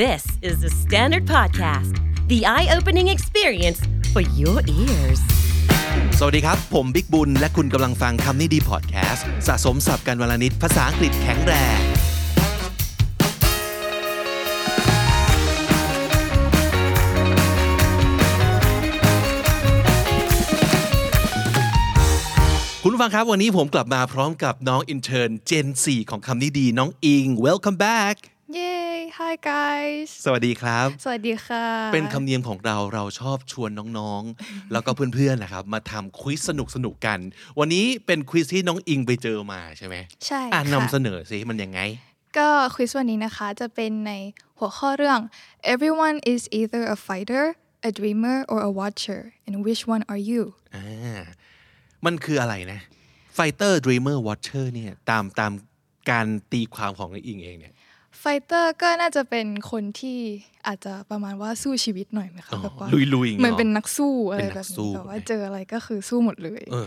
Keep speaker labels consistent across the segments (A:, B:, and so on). A: This is the Standard Podcast, the eye opening experience for your ears.
B: สวัสดีครับ ผมบิ๊กบุญ และคุณกำลังฟังคำนี้ดีพอดแคสต์สะสมสับการวลนิดภาษาอังกฤษแข็งแรง คุณผู้ฟังครับ วันนี้ผมกลับมาพร้อมกับน้องอินเทอร์นเจน 4 ของคำนี้ดีน้องอิง welcome back
C: Yay! Hi guys!
B: สวัสดีครับ
C: สวัสดีค่ะ
B: เป็นธรรมเนียมของเราเราชอบชวนน้องๆ แล้วก็เพื่อนๆนะครับ มาทำควิสสนุกๆกัน วันนี้เป็นควิสที่น้องอิงไปเจอมาใช่ไหม
C: ใช่
B: อ่ะ
C: ค่ะ
B: นำเสนอสิมันยังไง
C: ก็ควิสวันนี้นะคะจะเป็นในหัวข้อเรื่อง Everyone is either a fighter, a dreamer, or a watcher, and which one are you?
B: อ่า มันคืออะไรนะ Fighter Dreamer Watcher เนี่ยตามตามการตีความของน้องอิงเองเนี่ย
C: Fighter ก็น่าจะเป็นคนที่อาจจะประมาณว่าสู้ชีวิตหน่อยไหม
B: อ๋
C: คะ
B: อ
C: แบบว่า
B: ลุยๆอย่างเงี้ย
C: เหมือนเป็นนักสู้อะไร
B: เป็นนั
C: แบ
B: ก
C: บ
B: สู้
C: นี้แบบว่าเจออะไรก็คือสู้หมดเลย
B: เออ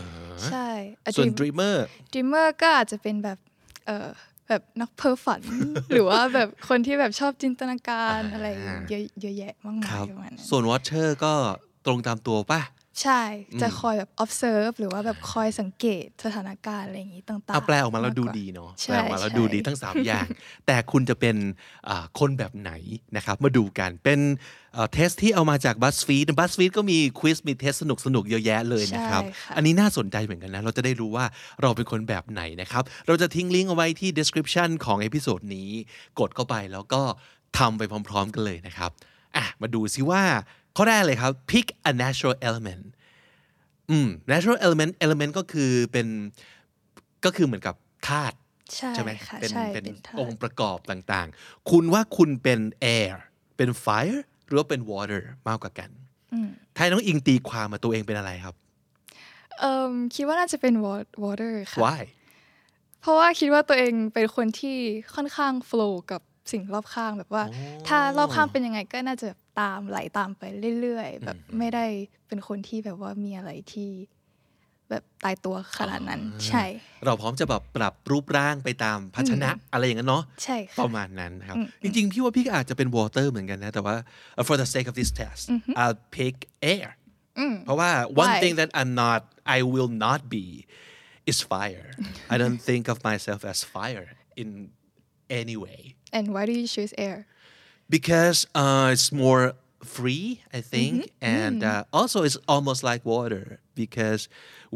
C: ใช่ A
B: ส่วน
C: dream-
B: Dreamer
C: dreamer ก็อาจจะเป็นแบบเออแบบนักเพ้อฝัน หรือว่าแบบคนที่แบบชอบจินตนาการอะไรอย่างเงี้ยเยอะเยอะแยะมาก
B: ค
C: มา
B: รั
C: ย
B: บ
C: ประมาณนั้น
B: ส่วน Watcher ก็ตรงตามตัวป่ะ
C: ใช่จะคอยแบบ observe หรือว่าแบบคอยสังเกตสถานการณ์อะไรอย่างงี้ต่างๆ
B: เอาแปลออกมาแล้วดู
C: กก
B: ดีเนาะ
C: ใช่
B: แปลออกมาแล้วดูดี
C: ใช่
B: ทั้ง 3 อย่าง แต่คุณจะเป็นอ่าคนแบบไหนนะครับ มาดูกันเป็นเทสที่เอามาจาก BuzzFeed BuzzFeed ก็มีควิสมีเทสสนุกสนุกๆเยอะแยะเลยนะครับ
C: ใช่ค่ะ
B: อันนี้น่าสนใจเหมือนกันนะ เราจะได้รู้ว่าเราเป็นคนแบบไหนนะครับ เราจะทิ้งลิงก์เอาไว้ที่ description ของเอพิโซดนี้ กดเข้าไปแล้วก็ทำไปพร้อม ๆ กันเลยนะครับอ่ะมาดูซิว่าข้อแรกเลยครับ pick a natural element อืม natural element element ก็คือเป็นก็คือเหมือนกับธาตุ
C: ใช่
B: ใช่ไหม
C: ค่ะ
B: เป็น
C: ใช่
B: เป็น
C: เป็นธา
B: อง
C: ตุ
B: ค์ประกอบต่างๆ คุณว่าคุณเป็น air เป็น fire หรือว่าเป็น water มากกว่ากัน
C: อืม
B: ถ้าน้องอิงตีความมาตัวเองเป็นอะไรครับ
C: เอ่มคิดว่าน่าจะเป็น wa- water ค่ะ
B: why
C: เพราะว่าคิดว่าตัวเองเป็นคนที่ค่อนข้าง flow กับสิ่งรอบข้างแบบว่า
B: อ๋อ
C: ถ้ารอบข้างเป็นยังไงก็น่าจะตามไหลตามไปเรื่อยๆ แบบไม่ได้เป็นคนที่แบบว่ามีอะไรที่ แบบตายตัวขนาดนั้น ใช่
B: เราพร้อมจะแบบปรับรูปร่างไปตามภาชนะอะไรอย่างนั้นเนาะ
C: ใช่
B: ป
C: ค่ะ
B: ระมาณนั้นนะครับ
C: อืม
B: จริงๆ พี่ว่าพี่ก็อาจจะเป็น water เหมือนกันนะ แต่ว่า uh, for the sake of this test
C: อือฮึ
B: I'll pick air
C: อืม
B: เพราะว่า one
C: Why?
B: thing that I'm not I will not be is fire I don't think of myself as fire in any way
C: and why do you choose air
B: because uh, it's more free I think
C: Mm-hmm.
B: and
C: Mm.
B: uh, also it's almost like water because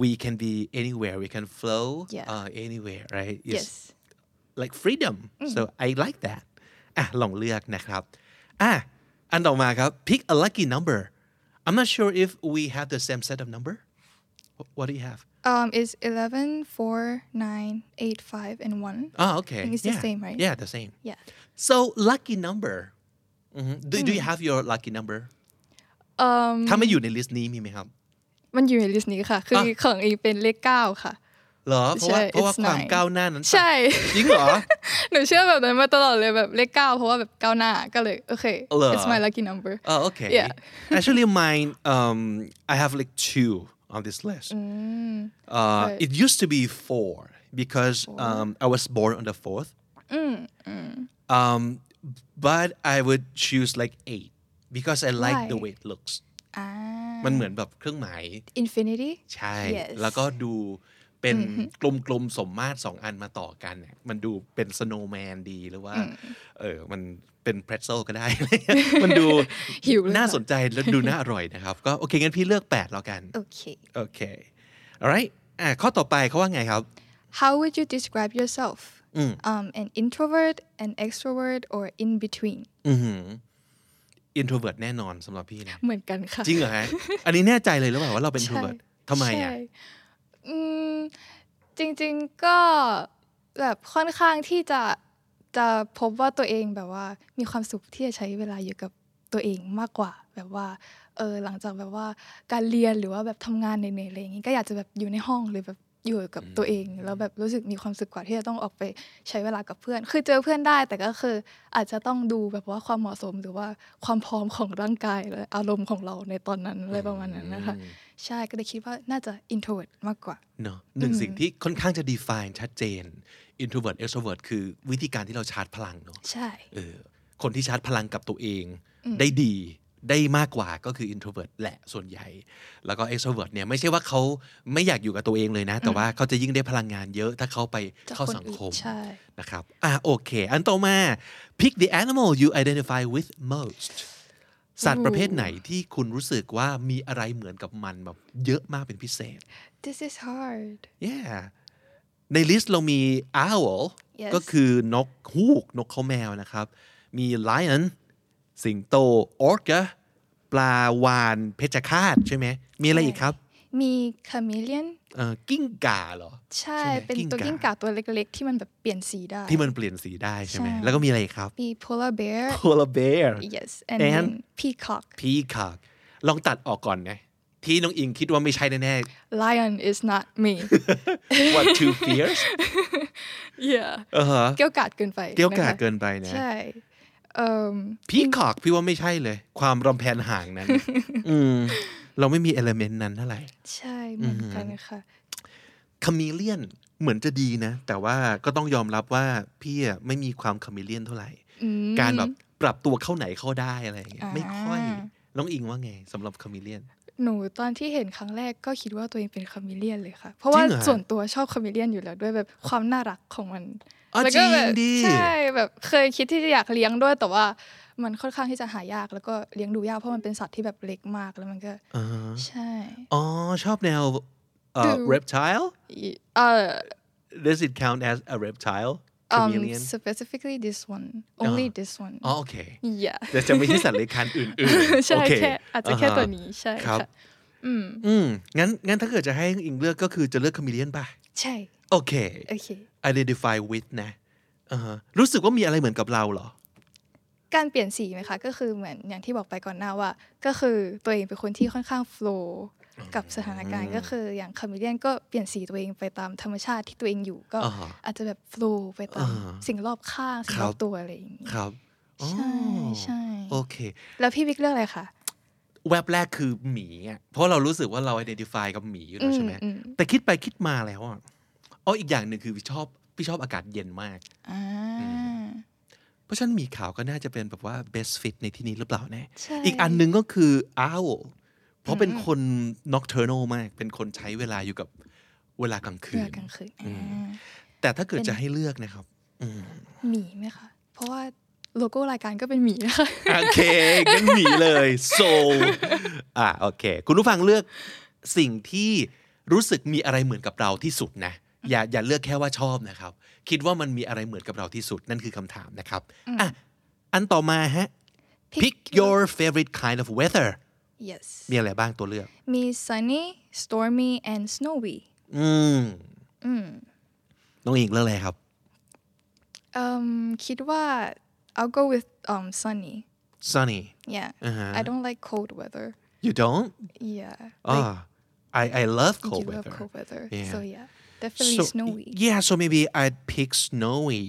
B: we can be anywhere we can flow
C: Yeah.
B: uh, anywhere right It's-
C: yes Mm-hmm.
B: like freedom so I like that อ่ะลองเลือกนะครับอ่ะอันต่อมาครับ pick a lucky number I'm not sure if we have the same set of number Wh- what do you have
C: um is eleven four nine eight five and one
B: oh okay
C: think it's the
B: yeah.
C: same, right?
B: yeah the same
C: yeah
B: so lucky number อือฮึ Mm-hmm. do, do you have your lucky number
C: um
B: ถ้าไม่อยู่ในลิสต์นี้มีไหมครับ
C: มันอยู่ในลิสต์นี้ค่ะ คืออของอีเป็นเลขเก้าค่ะ
B: เหรอ เพราะว่า
C: ใช่
B: เพราะว่า
C: it's
B: ความ
C: nine
B: ก้าวหน้านั้นต่าง
C: ใช่
B: จริงเหรอ
C: หนูเชื่อแบบนั้นมาตลอดเลยแบบเลขเก้าเพราะว่าแบบเก้าหน้าก็เลยโอเค
B: เหรอ
C: it's my lucky number
B: Oh, okay.
C: Yeah.
B: Actually, mine, um, I have like two on this list.
C: Mm.
B: Uh,
C: but-
B: It used to be four because Um, I was born on the fourth.
C: Mm,
B: Um, but I would choose like eight because I like the
C: Why?
B: way it looks.
C: อ่า
B: มันเหมือนแบบเครื่องหมาย
C: infinity
B: ใช่
C: Yes
B: แล้วก็ดูเป็นกลมๆ สมมาตรสองอันมาต่อกันเนี่ยมันดูเป็นสโนว์แมนดีหรือว่า เออ มันเป็นเพรสโซก็ได้ มันดู
C: หิวเลย
B: น่า
C: ค่ะ
B: สนใจและดูน่าอร่อยนะครับ ก็โอเค งั้นพี่เลือก 8 แล้วกัน
C: โอเค
B: โอเค alright อ่ะข้อต่อไปเขาว่าไงครับ
C: How would you describe yourself?
B: อืม
C: Um, an introvert, an extrovert, or in between?
B: อือหือ introvert แน่นอนสำหรับพี่นะ
C: เหมือนกันค่ะ
B: จริงเหรอฮะ อันนี้แน่ใจเลยหรือเปล่าว่าเราเป็น introvert ทำไมอ่ะ
C: ใช่อืมจริงๆก็แบบค่อนข้างที่จะจะพบว่าตัวเองแบบว่ามีความสุขที่จะใช้เวลาอยู่กับตัวเองมากกว่า แบบว่าเออหลังจากแบบว่าการเรียนหรือว่าแบบทำงานเหนื่อยๆอะไรอย่างงี้ก็อยากจะแบบอยู่ในห้องหรือแบบอยู่กับตัวเอง แล้วแบบรู้สึกมีความสุขกว่าที่จะต้องออกไปใช้เวลากับเพื่อน คือเจอเพื่อนได้แต่ก็คืออาจจะต้องดูแบบว่าความเหมาะสมหรือว่าความพร้อมของร่างกายและอารมณ์ของเราในตอนนั้นอะไรประมาณนั้นนะคะ ใช่ก็เลยคิดว่าน่าจะ introvert มากกว่า
B: เนอะหนึ่งสิ่งที่ค่อนข้างจะ define ชัดเจน introvert extrovert คือวิธีการที่เราชาร์จพลังเนอะ
C: ใช่
B: เออ คนที่ชาร์จพลังกับตัวเอง
C: อืม
B: ได้ดีได้มากกว่าก็คือ introvert แหละส่วนใหญ่ แล้วก็ extrovert เนี่ยไม่ใช่ว่าเขาไม่อยากอยู่กับตัวเองเลยนะ แต่ว่าเขาจะยิ่งได้พลังงานเยอะถ้าเขาไป
C: จาก
B: เข้า
C: คน
B: สัง
C: อื่
B: คน ม
C: ใช่
B: นะครับ อ่ะโอเค อันต่อมา pick the animal you identify with most สัตว์ประเภทไหนที่คุณรู้สึกว่ามีอะไรเหมือนกับมันแบบเยอะมากเป็นพิเศษ
C: this is hard
B: yeah ในลิสต์เรามี owl
C: Yes
B: ก็คือนกฮูก นกเขาแมวนะครับ มี lion สิงโต orca ปลาวานเพชฌฆาตใช่ไหม มีอะไรอีกครับ
C: มี chameleon
B: เอ่อกิ้งก่าเหรอ
C: ใช่
B: ใช่ไหม
C: เป็นตัว
B: กิ้
C: กิ้
B: ง
C: ง
B: ก่า
C: ก่าตัวเล็กๆ ที่มันแบบเปลี่ยนสีได้
B: ที่มันเปลี่ยนสีได้ใช่ไหม
C: ใช่
B: แล้วก็มีอะไรอีกครับ
C: มี polar bear
B: polar bear
C: yes and
B: And-
C: then peacock
B: พีคากลองตัดออกก่อนนะที่น้องอิงคิดว่าไม่ใช่แน่
C: lion is not me
B: ๆ what too fierce
C: yeah
B: เออฮะ
C: เกี่ยวกาดเกินไป
B: เกี่ยวกาด
C: นะคะ
B: เกินไปนะ
C: ใช่เอิ่ม
B: พีคากพี่ว่าไม่ใช่เลย ความรำแพนห่าง นั้นน่ะอืมเราไม่มีเอลเมนต์นั้นเท่าไหร่
C: ใช่เหมือนกันค่ะ
B: คามิเลียนเหมือนจะดีนะ แต่ว่าก็ต้องยอมรับว่าพี่อะไม่มีความคามิเลียนเท่าไหร่
C: อืม
B: การแบบปรับตัวเข้าไหนเข้าได้อะไรอย่างเงี้ย
C: อ่า
B: ไม่ค่อยน้องอิงว่าไงสำหรับคามิเลียน
C: หนูตอนที่เห็นครั้งแรกก็คิดว่าตัวเองเป็นคาเมเลียนเลยค่ะ เพราะว่า
B: จริงเหรอ
C: ส่วนตัวชอบคาเมเลียนอยู่แล้วด้วยแบบความน่ารักของมัน
B: อ๋อ
C: แล้ว
B: จ
C: ก็
B: ริง
C: แบบ
B: ดิ
C: ใช่แบบเคยคิดที่จะอยากเลี้ยงด้วย แต่ว่ามันค่อนข้างที่จะหายากแล้วก็เลี้ยงดูยากเพราะมันเป็นสัตว์ที่แบบเล็กมากแล้วมันก็
B: อ่าฮะ
C: ใช่
B: อ๋อชอบแนวเอ่อ
C: ดู
B: reptile
C: อีเออ
B: Does it count as a reptile?
C: um,
B: Chameleon?
C: specifically this one only this one
B: อ๋อโอเค
C: yeah
B: แต่จะไม่ใช่สัตว์เลื้อยคลานอื่นๆ
C: ใช่
B: โอเค
C: แค่อาจจะแค่
B: ฮ
C: ตัวนี้ใช่
B: ครับ
C: ค่ะอืม
B: อืม งั้นงั้นถ้าเกิดจะให้อิงเลือกก็คือจะเลือกคามิเลียนป่ะ
C: ใช่
B: โอเค
C: โอเค
B: identify with นะอ่าฮะรู้สึกว่ามีอะไรเหมือนกับเราเหรอ
C: การเปลี่ยนสีไหมคะก็คือเหมือนอย่างที่บอกไปก่อนหน้าว่า ก็คือตัวเองเป็นคนที่ค่อนข้างโฟลว์กับสถานการณ์ก็คืออย่างคาเมเลียนก็เปลี่ยนสีตัวเองไปตามธรรมชาติที่ตัวเองอยู่ก็
B: อ่าฮะ
C: อาจจะแบบโฟลว์ไปตาม
B: อ่าฮะ
C: สิ่งรอบข้างสิ่ง
B: ค
C: รอ
B: รับ บ
C: ตัวอะไรอย่างนี้
B: ครับอ๋อ
C: ใช่ใช่
B: โอเค
C: แล้วพี่บิ๊กเลือกอะไรคะ
B: แวบแรกคือหมีอ่ะ เพราะเรารู้สึกว่าเรา identify กับหมีอยู่แล้วใช่ไหม
C: อืม
B: แต่คิดไปคิดมาแล้วอ่ะอ๋ออีกอย่างหนึ่งคือพี่ชอบพี่ชอบอากาศเย็นมาก
C: อ่า
B: เพราะฉะนั้นหมีขาวก็น่าจะเป็นแบบว่า best fit ในที่นี้หรือเปล่าแน่
C: ใช่
B: อีกอันหนึ่งก็คือ owl เพราะเป็นคน nocturnal มาก เป็นคนใช้เวลาอยู่กับเวลากลางคื
C: เลือน กกลางคืน
B: อืม
C: อ่า
B: แต่ถ้าเกิดจะให้เลือกนะครับอืม
C: หมีไหมคะเพราะว่าโลโก้รายการก็เป็นหมีนะคะ
B: โอเคงั้นหนีเลย so อ่าโอเค คุณผู้ฟังเลือกสิ่งที่รู้สึกมีอะไรเหมือนกับเราที่สุดนะ อย่าอย่าเลือกแค่ว่าชอบนะครับ คิดว่ามันมีอะไรเหมือนกับเราที่สุดนั่นคือคำถามนะครับอ่ะอันต่อมาฮะ pick your favorite kind of weather
C: อืม yes
B: มีอะไรบ้างตัวเลือก
C: มี sunny stormy and snowy
B: อืม
C: อืม
B: น้องอิงเลือกอะไรครับ
C: เอิ่มคิดว่า Um, I'll go with um sunny
B: sunny
C: yeah
B: อ่าฮะ
C: I don't like cold weather
B: You don't?
C: yeah like
B: Ah, I, I love
C: you
B: cold
C: do love
B: weather.
C: cold weather
B: Yeah.
C: so yeah definitely
B: So,
C: snowy
B: yeah, so maybe I'd pick snowy.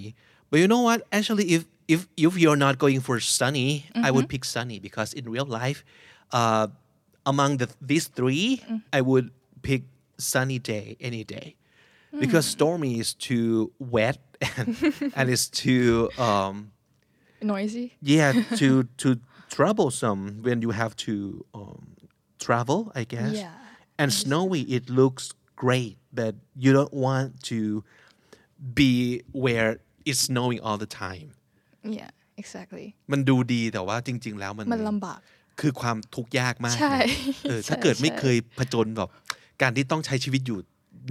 B: But you know what? Actually, if if if you're not going for sunny, I would
C: Mm-hmm.
B: pick sunny because in real life, uh, among the these 3
C: Mm.
B: I would pick sunny day any day.
C: Hmm.
B: Because stormy is too wet and, and it's too um,
C: noisy
B: yeah to to troublesome when you have to um, travel i guess
C: Yeah,
B: and snowy it looks great but you don't want to be where it's snowing all the time
C: yeah exactly
B: มันดูดีแต่ว่าจริง ๆ แล้วมัน
C: มันลำบาก
B: คือความทุกข์ยากมากนะ
C: ใช่
B: เออ
C: ใช่
B: ถ้าเกิดไม่
C: ใช่
B: เคยผจญแบบการที่ต้องใช้ชีวิตอยู่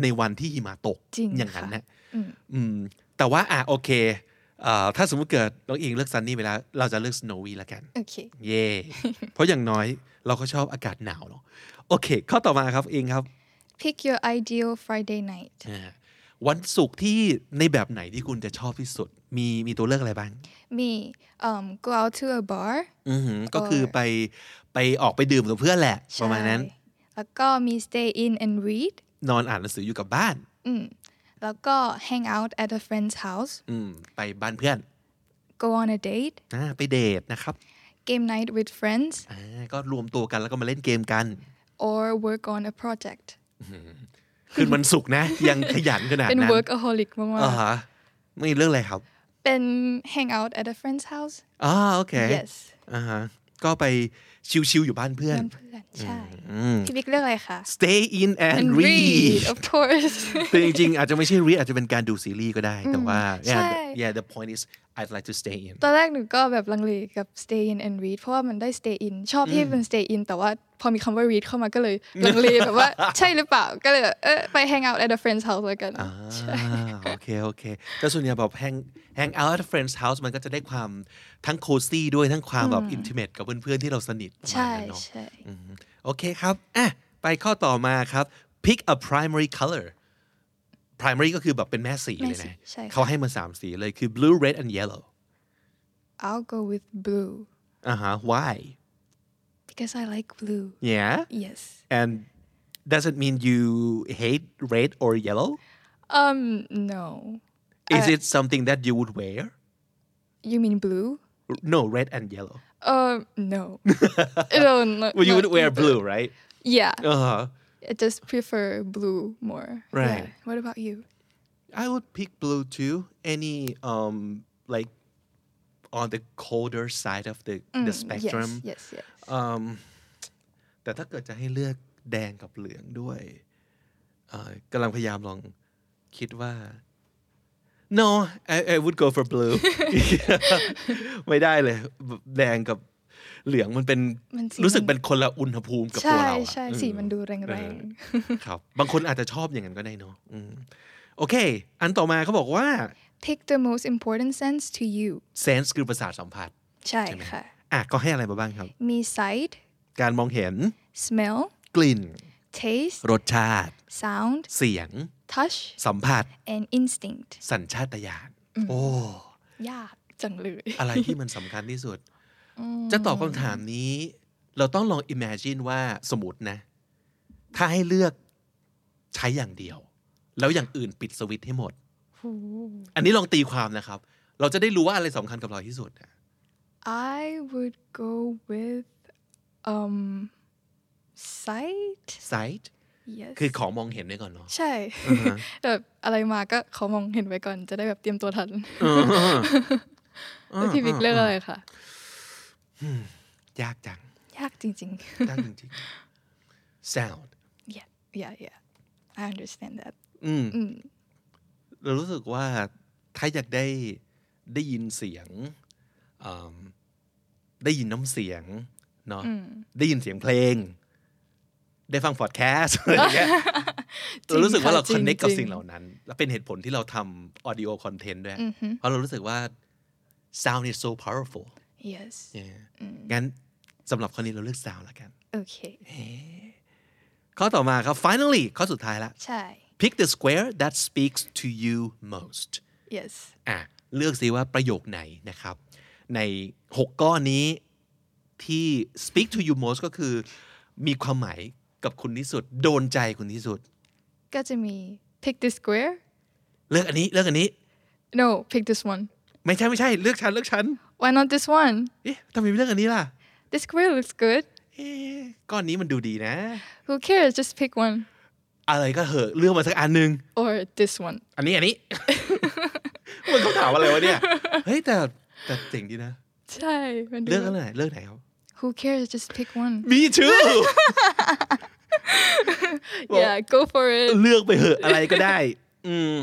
B: ในวันที่หิมะตก
C: จริง
B: อย่างนั้น
C: ค่ะ
B: นะ อืมแต่ว่าอ่ะโอเคเอ่อถ้าสมมุติเกิดน้องอิงเลือกซันนี่ไปแล้ว เราจะเลือกสโนวี่ละกัน
C: โอเค
B: เย่ เพราะอย่างน้อยเราก็ชอบอากาศหนาวเนาะโอเค ข้อต่อมาครับอิงครับ
C: pick your ideal Friday night
B: อ่าวันศุกร์ที่ในแบบไหนที่คุณจะชอบที่สุด มีมีตัวเลือกอะไรบ้าง
C: มี um go out to a bar
B: อือหือก็คือไปไปออกไปดื่มกับเพื่อนแหละ ประมาณนั้น
C: ใช่แล้วก็มี stay in and read
B: นอนอ่านหนังสืออยู่กับบ้าน
C: อืมแล้วก็ hang out at a friend's house
B: อืมไปบ้านเพื่อน
C: go on a date
B: อ่าไปเดทนะครับ
C: game night with friends
B: อ่าก็รวมตัวกันแล้วก็มาเล่นเกมกัน
C: or work on a project
B: คืนวันศุกร์นะ ยังขยันขนาด
C: เป็น
B: นั้น
C: workaholic มา
B: อ่าก ฮะไม่เรื่องอะไรครับ
C: ๆ เป็น hang out at a friend's house
B: อ่าโอเค
C: yes
B: อ่าฮะก็ไปชิวๆอยู่บ้านเพื่อน
C: เพื่อนเพื่อนใช่
B: อืม
C: พี่บิ๊กเลือกอะไรคะ
B: stay in and read
C: of course
B: แต่จริงๆ อาจจะไม่ใช่ read อาจจะเป็นการดูซีรีส์ก็ได้ แต่ว่า yeah
C: ใช่
B: the- yeah the point is I'd like to stay in
C: ตอนแรกหนูก็แบบลังเลกับ stay in and read เพราะว่ามันได้ stay in ชอบที่เป็น stay in แต่ว่าพอมีคำว่า read เข้ามาก็เลยลังเลแบบว่า ใช่หรือเปล่าก็เลยแบบเออไป hang out at a friend's house แล้วกัน
B: อ่าโอเค โอเค แต่ส่วนใหญ่แบบ hang hang out at friend's house มันก็จะได้ความทั้ง cozy ด้วยทั้งความแบบ intimate กับเพื่อนๆ ที่เราสนิทประมาณ
C: ใช่
B: นั้นเนาะ
C: ใช่
B: อืมโอเคครับอ่ะไปข้อต่อมาครับ pick a primary color primary ก็คือแบบเป็นแม่สี
C: ไม่
B: เลย
C: สิ
B: นะ
C: ใช่
B: เขา
C: ค่ะ
B: ให้มาสามสีเลยคือ blue red and yellow
C: I'll go with blue
B: อ่าฮะ why
C: because I like blue
B: yeah
C: yes
B: and does it mean you hate red or yellow
C: um no
B: is
C: Uh,
B: it something that you would wear
C: you mean blue
B: no red and yellow
C: um no no no
B: well you
C: no,
B: would wear
C: no.
B: blue right
C: yeah
B: Uh-huh.
C: I just prefer blue more.
B: Right.
C: Yeah. What about you?
B: I would pick blue too. Any um like on the colder side of the the spectrum.
C: Mm, Yes, yes, yes.
B: Um แต่ถ้าเกิดจะให้เลือกแดงกับเหลืองด้วยเอ่อกำลังพยายามลองคิดว่า no I I would go for blue ไม่ได้เลยแบบแดงกับเหลืองมันเป็น
C: มันสี
B: รู้สึก
C: มัน
B: เป็นคนละอุณหภูมิกับตัว
C: ใช่
B: เราอะ
C: ใช่
B: เออ
C: สีมันดูแรง
B: ครับ บางคนอาจจะชอบอย่างนั้นก็ได้เนาะอืมโอเค อันต่อมาเขาบอกว่า
C: ๆ Pick the most important sense to you.
B: sense คือประสาทสัมผัส
C: ใช่
B: ใช่ไหม
C: ค่ะ
B: อ่ะก็ให้อะไรมาบ้างครับ
C: มี sight
B: การมองเห็น
C: smell
B: กลิ่น
C: taste
B: รสชาติ
C: sound
B: เสียง
C: touch
B: สัมผัส
C: and instinct
B: สัญชาตญาณโอ้
C: ยากจังเลย
B: อะไรที่มันสำคัญที่สุด จะตอบคำถามนี้ เราต้องลอง imagine ว่าสมมตินะ ถ้าให้เลือกใช้อย่างเดียว แล้วอย่างอื่นปิดสวิตช์ให้หมด
C: โห
B: อันนี้ลองตีความนะครับ เราจะได้รู้ว่าอะไรสำคัญกับเราที่สุดนะ
C: I would go with um sight
B: sight
C: yes
B: คือของมองเห็นไว้ก่อนเนาะ
C: ใช่ แบบอะไรมาก็ขอมองเห็นไว้ก่อนจะได้แบบเตรียมตัวทัน แล้วพี่บิ๊กเลือกอะไรคะ
B: ยากจัง
C: ยากจริง
B: ยากจริงๆ sound
C: ๆ yeah yeah yeah I understand that
B: อืม
C: อืม
B: เรารู้สึกว่าถ้าอยากได้ได้ยินเสียงอืมได้ยินน้ำเสียงเนาะ
C: อืม
B: ได้ยินเสียงเพลง ได้ฟังพอดแคสต์ อะไรอ ย่างเงี้ย เรารู้สึกว่าเรา
C: จ
B: ค
C: ริ
B: อน
C: ง
B: เน c
C: ค่ะ
B: t กับ
C: จริง
B: สิ่งเหล่านั้น และเป็นเหตุผลที่เราทำ audio content ด้วย
C: อือฮึ
B: เพราะเรารู้สึกว่า sound is so powerful
C: yes
B: Yeah งั้นสำหรับคนนี้เราเลือก sound ละกัน
C: โอเค
B: ข้อต่อมาครับ finally ข้อสุดท้ายละ
C: ใช่
B: pick the square that speaks to you most
C: yes
B: อ่ะเลือกสิว่าประโยคไหนนะครับ ใน 6 ก้อนนี้ที่ speak to you most ก็คือ มีความหมายกับคุณที่สุด โดนใจคุณที่สุด
C: ก็จะมี pick the square
B: เลือกอันนี้ เลือกอันนี้
C: no pick this one
B: ไม่ใช่ไม่ใช่ เลือกฉัน เลือกฉัน
C: why not this one
B: เอ๊ะทำไมไม่เลือกอันนี้ล่ะ
C: the square looks good
B: เอ๊ะก้อนนี้มันดูดีนะ
C: who cares just pick one
B: อะไรก็เหอะเลือกมาสักอันหนึ่ง
C: or this one
B: อันนี้อันนี้ มันคำถามอะไรวะเนี่ย เฮ้ยแต่แต่เจ๋งดีนะ
C: ใช่มันดู
B: เลือกอันไหนเลือกไหนครับ
C: who cares just pick one
B: มีชื่อ บอก
C: yeah go for it
B: เลือกไปเห อะอะไรก็ได้ อืม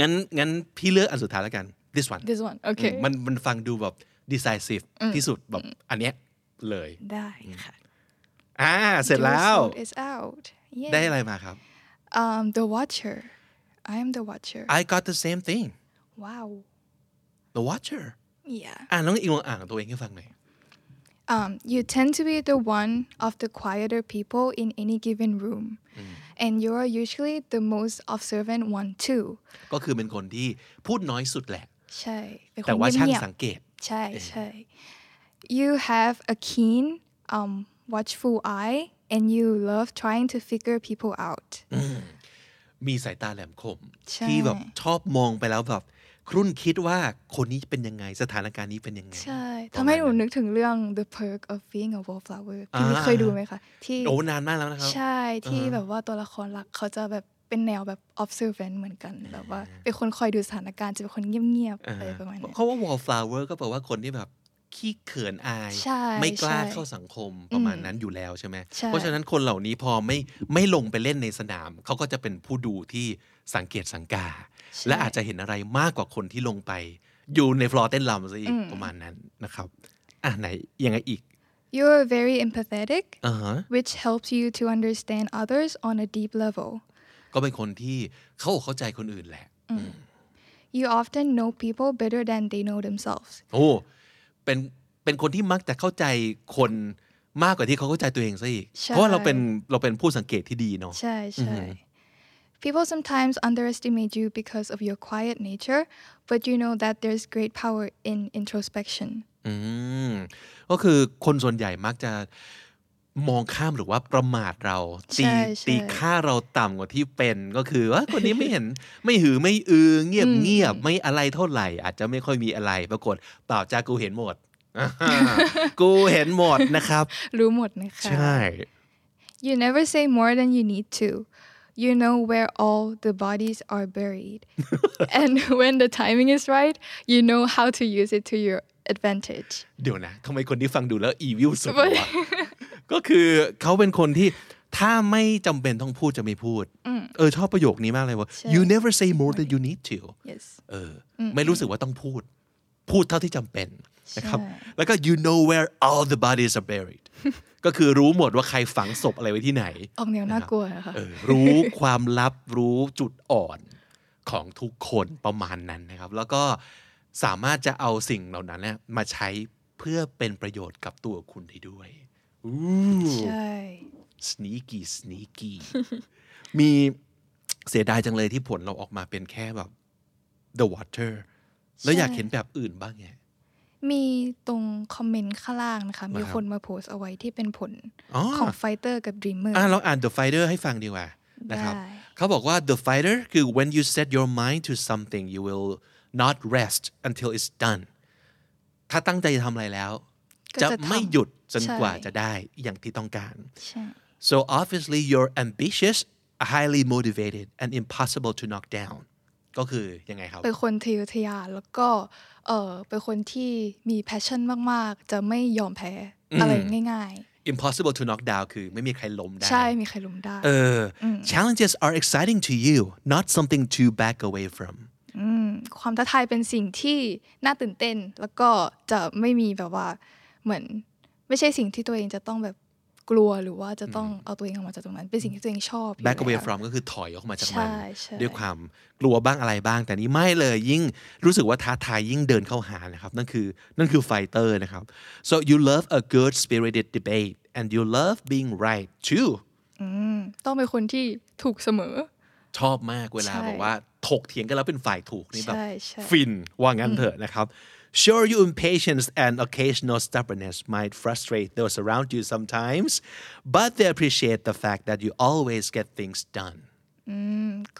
B: งั้นงั้นพี่เลือกอันสุดท้ายแล้วกัน this one
C: this one โอเค
B: อืมมันมันฟังดูแบบ decisive ที่สุดแบบอันเนี้ยเลย
C: ได้ค่ะ
B: อ่า เสร็จ
C: The
B: แล้ว
C: result is out Yay.
B: ได้อะไรมาครับ
C: um the watcher I am the watcher
B: I got the same thing
C: wow
B: the watcher
C: yeah
B: อ่าน้องอิงลองอ่านตัวเองให้ฟังหน่อย
C: um, you tend to be the one of the quieter people in any given room. And you're usually the most observant one too.
B: ก็คือเป็นคนที่พูดน้อยสุดแหละ
C: ใช่เป็นคน
B: แต่ว่าช่าง
C: เงียบๆ
B: สังเกต
C: ใช่ใช่ You have a keen, um, watchful eye, and you love trying to figure people out.
B: มีสายตาแหลมคม
C: ใช่
B: ที่แบบชอบมองไปแล้วแบบครุ่นคิดว่าคนนี้เป็นยังไงสถานการณ์นี้เป็นยังไง
C: ใช่ทำให้หนูนึกถึงเรื่อง The Perk of Being a Wallflower
B: อ่า Oh,
C: พี่เคยดูไหมคะที่
B: โอ้นานมากแล้วนะครับ
C: ใช่ที่แบบว่าตัวละครหลักเขาจะแบบ เป็นแนวแบบ observant เหมือนกัน แบบว่าเป็นคนคอยดูสถานการณ์จะเป็นคนเงียบๆ
B: อ่า
C: อะไรประมาณเนี้ย
B: เพราะว่า wallflower ก็แปลว่าคนที่แบบขี้เขินอาย
C: ใช่
B: ไม่กล้า
C: ใช่
B: เข้าสังคมประมาณนั้นอยู่แล้วใช่ไหม
C: ใช่
B: เพราะฉะนั้นคนเหล่านี้พอไม่ไม่ลงไปเล่นในสนาม เขาก็จะเป็นผู้ดูที่สังเกตสังกา
C: ใช่
B: และอาจจะเห็นอะไรมากกว่าคนที่ลงไป อยู่ในฟลอร์เต้นลำซะอีก
C: อืม
B: ประมาณนั้นนะครับ อ่ะไหนยังไงอีก
C: you're very empathetic
B: อ่าฮะ
C: which helps you to understand others on a deep level
B: ก็เป็นคนที่เขาอกเข้าใจคนอื่นแหละ
C: you often know people better than they know themselves
B: โอ้ เป็น เป็นคนที่มักจะเข้าใจคนมากกว่าที่เขาเข้าใจตัวเองซะอีก
C: ใช่
B: เพราะว่าเราเป็น เราเป็นผู้สังเกตที่ดีเนาะ
C: ใช่ใช่
B: Mm-hmm.
C: People sometimes underestimate you because of your quiet nature, but you know that there's great power in introspection.
B: อืม ก็คือคนส่วนใหญ่มักจะมองข้ามหรือว่าประมาทเรา ตี
C: ใช่ใช่
B: ตีค่าเราต่ำกว่าที่เป็น ก็คือว่าคนนี้ไม่เห็น ไม่หือไม่อือ เงียบเงียบไม่อะไรเท่าไหร่ อาจจะไม่ค่อยมีอะไร ปรากฏเปล่าจ้ากูเห็น หมดอ่าฮะกูเห็นหมดนะครับ ใช่
C: รู้หมดนะคะ You never say more than you need to. You know where all the bodies are buried. and when the timing is right, you know how to use it to your advantage.
B: เดี๋ยวนะทำไมคนที่ฟังดูแล้วอีวิลสุดวะ ก็คือเขาเป็นคนที่ถ้าไม่จำเป็นต้องพูดจะไม่พูด เออ ชอบประโยคนี้มากเลยว่า
C: ใช่
B: you never say more than you need to
C: Yes.
B: เอออไม่รู้สึกว่าต้องพูด พูดเท่าที่จำเป็นนะครับ
C: ใช่
B: แล้วก็ you know where all the bodies are buried ก็คือรู้หมดว่าใครฝังศพอะไรไว้ที่ไหน
C: ออกแนวน่ากลัวนะคะ
B: เออรู้ความลับรู้จุดอ่อนของทุกคนประมาณนั้นนะครับ แล้วก็สามารถจะเอาสิ่งเหล่านั้นเนี่ยมาใช้เพื่อเป็นประโยชน์กับตัวคุณได้ด้วยอู้
C: ใช่
B: sneaky sneaky มีเสียดายจังเลยที่ผลเราออกมาเป็นแค่แบบ the water แล้วอยากเห็นแบบอื่นบ้างไง
C: มีตรงคอมเมนต์ข้างล่างนะคะ มี
B: นะครับ
C: คนมาโพสต์เอาไว้ที่เป็นผล
B: อ๋อ
C: ของไฟเตอร์กับดรีมเมอร์
B: อ่ะลองอ่าน The Fighter ให้ฟังดีกว่านะครับ
C: ได้
B: เขาบอกว่า The Fighter คือ when you set your mind to something you will not rest until it's done ถ้าตั้งใจจะทำอะไรแล้ว
C: ก็
B: จะ
C: จะทำ
B: ไม่หยุดจนกว่า
C: ใช่
B: จะได้อย่างที่ต้องการ
C: ใช่
B: so obviously you're ambitious highly motivated and impossible to knock down ก็คือยังไงครับ
C: เป็นคนทะเยอทะยานแล้วก็เออเป็นคนที่มีแพชชั่นมาก ๆ จะไม่ยอมแพ้อะไรง่าย
B: impossible to knock down คือไม่มีใครล้มได้
C: ๆ ใช่มีใครล้มได้
B: เอออ challenges are exciting to you not something to back away from
C: ความท้าทายเป็นสิ่งที่น่าตื่นเต้น แล้วก็จะไม่มีแบบว่าเหมือน ไม่ใช่สิ่งที่ตัวเองจะต้องแบบกลัวหรือว่าจะต้องเอาตัวเองออกมาจากตรงนั้น เป็นสิ่งที่ตัวเองชอบอยู่
B: back
C: แล้
B: away
C: ว
B: from ก็คือถอยออกมาจากมัน
C: ใช่ใช่
B: ด้วยความกลัวบ้างอะไรบ้าง แต่นี้ไม่เลยยิ่งรู้สึกว่าท้าทายยิ่งเดินเข้าหานะครับ นั่นคือนั่นคือไฟเตอร์นะครับ so you love a good spirited debate and you love being right too
C: ต้องเป็นคนที่ถูกเสมอ
B: ชอบมากเวลา
C: ใช่
B: บอกว่าถกเถียงกันแล้วเป็นฝ่ายถูกนี่แบบ
C: ใช่ใช่
B: ฟินว่างั้นเถอะนะครับ Sure, your impatience and occasional stubbornness might frustrate those around you sometimes, but they appreciate the fact that you always get things done.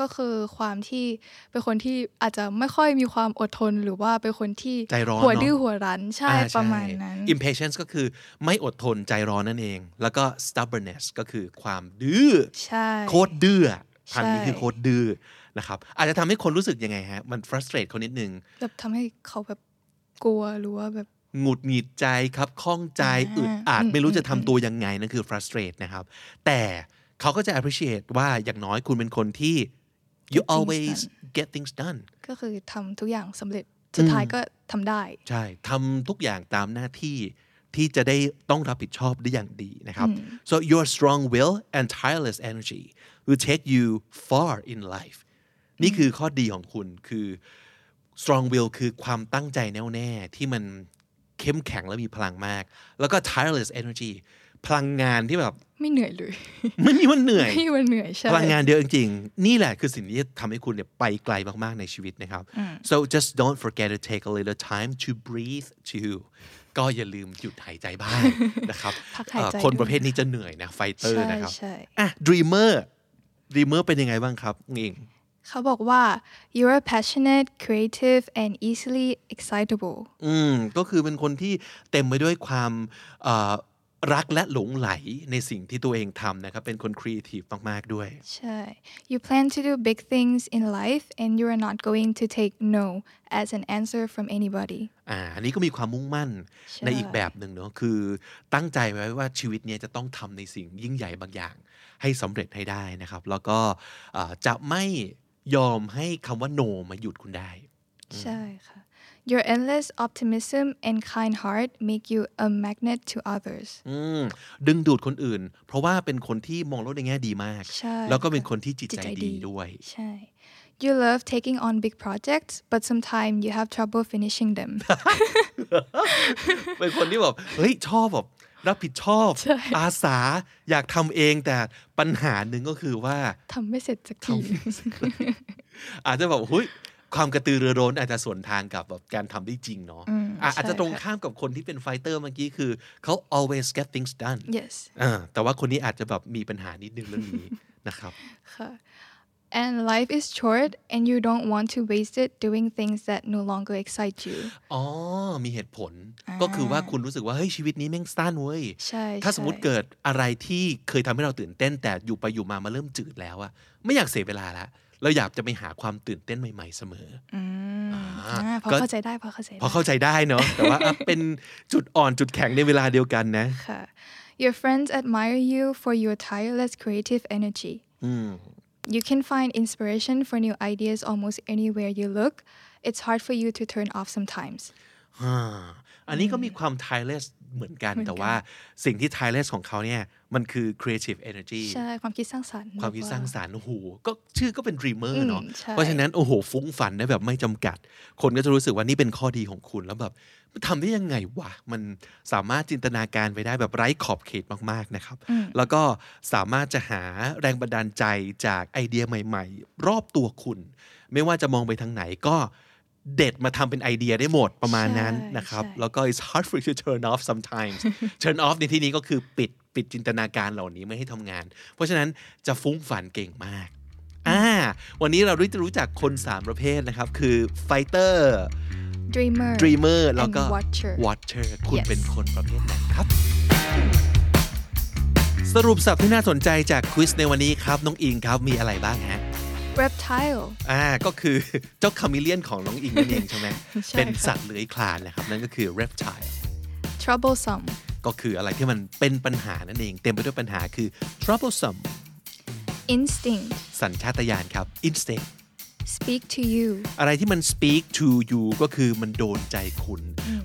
C: ก็คือความที่เป็นคนที่อาจจะไม่ค่อยมีความอดทนหรือว่าเป็นคนที่
B: ใจร้อน
C: หัว
B: เนอะ
C: ดื้อหัวรั้นใช่
B: อ่
C: ประมาณนั้น
B: ใช่ impatience ก็คือไม่อดทนใจร้อนนั่นเอง แล้วก็ stubbornness ก็คือความดื้อ
C: ใช่
B: โคตรดื้ออะพันนี้
C: ใช่
B: คือโคตรดื้อนะครับ อาจจะทำให้คนรู้สึกยังไงฮะ มัน frustrate เขานิดนึง
C: แบบทำให้เขาแบบกลัวหรือว่าแบบ
B: หงุดหงิดใจครับข้องใจอึดอัดไม่รู้จะทำตัวยังไง นั่นคือ frustrate นะครับ แต่เขาก็จะ appreciate ว่าอย่างน้อยคุณเป็นคนที่ you
C: Get things
B: always get things done
C: ก็คือทำทุกอย่างสำเร็จสุดท้ายก็ทำได้
B: ใช่ทำทุกอย่างตามหน้าที่ที่จะได้ต้องรับผิดชอบได้อย่างดีนะครับ so your strong will and tireless energy will take you far in life นี่คือข้อดีของคุณคือ strong will คือความตั้งใจแน่วแน่ที่มันเข้มแข็งและมีพลังมาก แล้วก็ tireless energy พลังงานที่แบบ
C: ไม่เหนื่อยเลย
B: ไม่มีวันเหนื่อย
C: ไม่มันเหนื่อย ใช่
B: พลังงานเยอะจริงๆ นี่แหละคือสิ่งที่ทำให้คุณเนี่ยไปไกลมากๆ ในชีวิตนะครับ so just don't forget to take a little time to breathe too ก็อย่าลืมหยุดหายใจบ้าง นะครับ
C: พักหายใจ
B: เอ่อคน
C: ด้วย
B: ประเภทนี้จะเหนื่อยนะไฟเตอร์
C: ใช่
B: นะครับ
C: ใช่
B: อ่ะ dreamer dreamer เป็นยังไงบ้างครับงิง
C: เขาบอกว่า you're passionate creative and easily excitable
B: อืมก็คือเป็นคนที่เต็มไปด้วยความเอ่อ รักและหลงไหลในสิ่งที่ตัวเองทำนะครับ เป็นคนครีเอทีฟมาก ๆ ด้วย
C: ใช่ You plan to do big things in life and you are not going to take no as an answer from anybody
B: อ่าอันนี้ก็มีความมุ่งมั่น
C: ใช่
B: ในอีกแบบหนึ่งเนาะคือตั้งใจไว้ว่าชีวิตเนี้ยจะต้องทำในสิ่งยิ่งใหญ่บางอย่าง ให้สำเร็จให้ได้นะครับ แล้วก็อ่าจะไม่ยอมให้คำว่า no มาหยุดคุณได้
C: ใช่ค่ะ Your endless optimism and kind heart make you a magnet to others
B: อืมดึงดูดคนอื่น เพราะว่าเป็นคนที่มองโลกในแง่ดีมาก
C: ใช่
B: แล้วก็เป็นคนที่จิตใจ
C: จิตใจดี
B: ดีด้วย
C: ใช่ You love taking on big projects but sometimes you have trouble finishing them
B: เป็นคนที่แบบเฮ้ยชอบแบบรับผิดชอบ อาสาอยากทำเองแต่ปัญหาหนึ่งก็คือว่า
C: ทำไม่เสร็จสักที
B: อาจจะแบบเฮ้ยความกระตือรือร้นอาจจะสวนทางกับแบบการทำได้จริงเนาะ
C: อืม
B: อ่ะ
C: ใช่
B: อาจจะตรงข้ามกับคนที่เป็นไฟเตอร์เมื่อกี้คือเขา always get things done
C: Yes
B: อ่าแต่ว่าคนนี้อาจจะแบบมีปัญหานิดนึงเรื่องนี้ นะครับ
C: ค่ะ And life is short and you don't want to waste it doing things that no longer excite you
B: อ๋อ มีเหตุผลก็คือว่าคุณรู้สึกว่า เฮ้ย ชีวิตนี้แม่งสั้นเว้ย
C: ใช่
B: ถ้าสมมติ
C: ใช่
B: เกิดอะไรที่เคยทำให้เราตื่นเต้น แต่อยู่ไปอยู่มามาเริ่มจืดแล้วอะไม่อยากเสียเวลาละเราอยากจะไปหาความตื่นเต้นใหม่ ๆเสมอ
C: อืม
B: อ่า
C: อ่าพอ
B: ก็
C: เข้าใจได้พอเข้าใจ
B: พอ
C: ได้
B: เข้าใจได้เนาะแต่ว่าอ่ะเป็นจุดอ่อนจุดแข็งในเวลาเดียวกันนะ
C: ค่ะ Your friends admire you for your tireless creative energy
B: อืม
C: You can find inspiration for new ideas almost anywhere you look It's hard for you to turn off sometimes
B: อ่าอันนี้ก็มีความ tireless เหมือนกัน แต่ว่าสิ่งที่ tireless ของเขาเนี่ยมันคือ creative energy
C: ใช่ความคิดสร้างสรรค์
B: ความคิดสร้างสารรค์โอ้โหก็ชื่อก็เป็น dreamer เนาะ
C: อืมใช่
B: เพราะฉะนั้นโอ้โห ฟุ้งฝันได้แบบไม่จำกัด คนก็จะรู้สึกว่านี่เป็นข้อดีของคุณแล้วแบบมันทำได้ยังไงวะ มันสามารถจินตนาการไปได้แบบไร้ขอบเขตมาก ๆ นะครับ แล้วก็สามารถจะหาแรงบันดาลใจจากไอเดียใหม่ ๆ รอบตัวคุณ ไม่ว่าจะมองไปทางไหนก็เด็ดมาทำเป็นไอเดียได้หมดประมาณนั้นนะครับ แล้วก็ it's hard for you to turn off sometimes turn off ในที่นี้ก็คือปิดปิดจินตนาการเหล่านี้ไม่ให้ทำงาน เพราะฉะนั้นจะฟุ้งฝันเก่งมาก อ่า วันนี้เราได้รู้จักคน 3 ประเภทนะครับ คือ fighter
C: Dreamer
B: dreamer แล้วก็
C: And watcher
B: watcher คุณ
C: Yes
B: เป็นคนประเภทไหนครับ สรุปสับที่น่าสนใจจากควิสในวันนี้ครับ น้องอิงครับ มีอะไรบ้างฮะ
C: Reptile
B: อ่าก็คือ เจ้าคามิเลียนของน้องอิงนั่นเองใช่ไหม
C: ใช่
B: เป็น
C: ค่ะ
B: สัตว์เลื้อยคลานนะครับ นั่นก็คือ reptile
C: Troublesome
B: ก็คืออะไรที่มันเป็นปัญหานั่นเอง เต็มไปด้วยปัญหาคือ troublesome
C: Instinct
B: สัญชาตญาณครับ instinct
C: Speak to you
B: อะไรที่มัน speak to you ก็คือมันโดนใจคุณ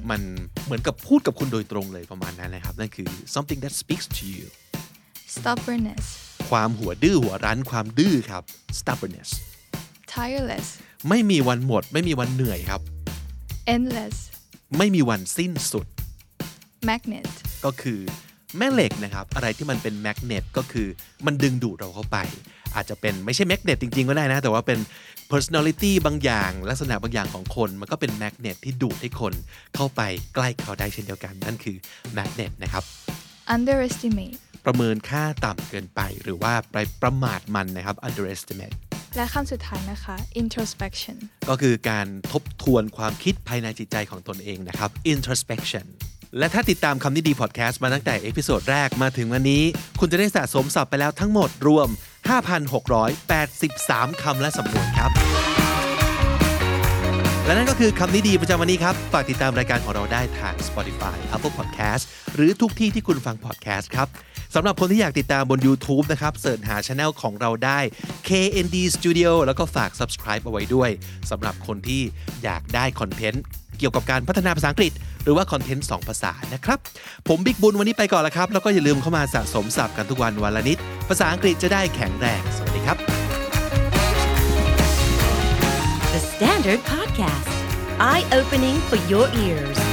B: มันเหมือนกับพูดกับคุณโดยตรงเลยประมาณนั้นนะครับ นั่นคือ something that speaks to you
C: Stubbornness
B: ความหัวดื้อหัวรั้นความดื้อครับ stubbornness
C: Tireless
B: ไม่มีวันหมด ไม่มีวันเหนื่อยครับ
C: Endless
B: ไม่มีวันสิ้นสุด
C: Magnet
B: ก็คือแม่เหล็กนะครับ อะไรที่มันเป็นแมกเนตก็คือมันดึงดูดเราเข้าไป อาจจะเป็นไม่ใช่แมกเนตจริง ๆ ก็ได้นะ แต่ว่าเป็น personality บางอย่าง ลักษณะบางอย่างของคน มันก็เป็นแมกเนตที่ดูดให้คนเข้าไปใกล้เขาได้เช่นเดียวกัน นั่นคือแมกเนตนะครับ
C: Underestimate
B: ประเมินค่าต่ำเกินไป หรือว่าไปประมาทมันนะครับ underestimate
C: และคำสุดท้ายนะคะ introspection
B: ก็คือการทบทวนความคิดภายในจิตใจของตนเองนะครับ introspection และถ้าติดตามคำนี้ดีพอดแคสต์มาตั้งแต่เอพิโซดแรกมาถึงวันนี้ คุณจะได้สะสมศัพท์ไปแล้วทั้งหมดรวม 5,683 คำและสำนวนครับ และนั่นก็คือคำนี้ดีประจำวันนี้ครับ ฝากติดตามรายการของเราได้ทาง Spotify Apple Podcast หรือทุกที่ที่คุณฟัง podcast ครับสำหรับคนที่อยากติดตามบน YouTube นะครับเสิร์ชหาช anel ของเราได้ KND Studio แล้วก็ฝาก subscribe เอาไว้ด้วยสำหรับคนที่อยากได้คอนเทนต์เกี่ยวกับการพัฒนาภาษาอังกฤษ หรือว่าคอนเทนต์ 2 ภาษานะครับ ผมบิ๊กบุญวันนี้ไปก่อนแล้วครับ แล้วก็อย่าลืมเข้ามาสะสมศัพท์กันทุกวันวันละนิด ภาษาอังกฤษจะได้แข็งแรงสวัสดีครับ
A: The Standard Podcast, eye opening for your ears.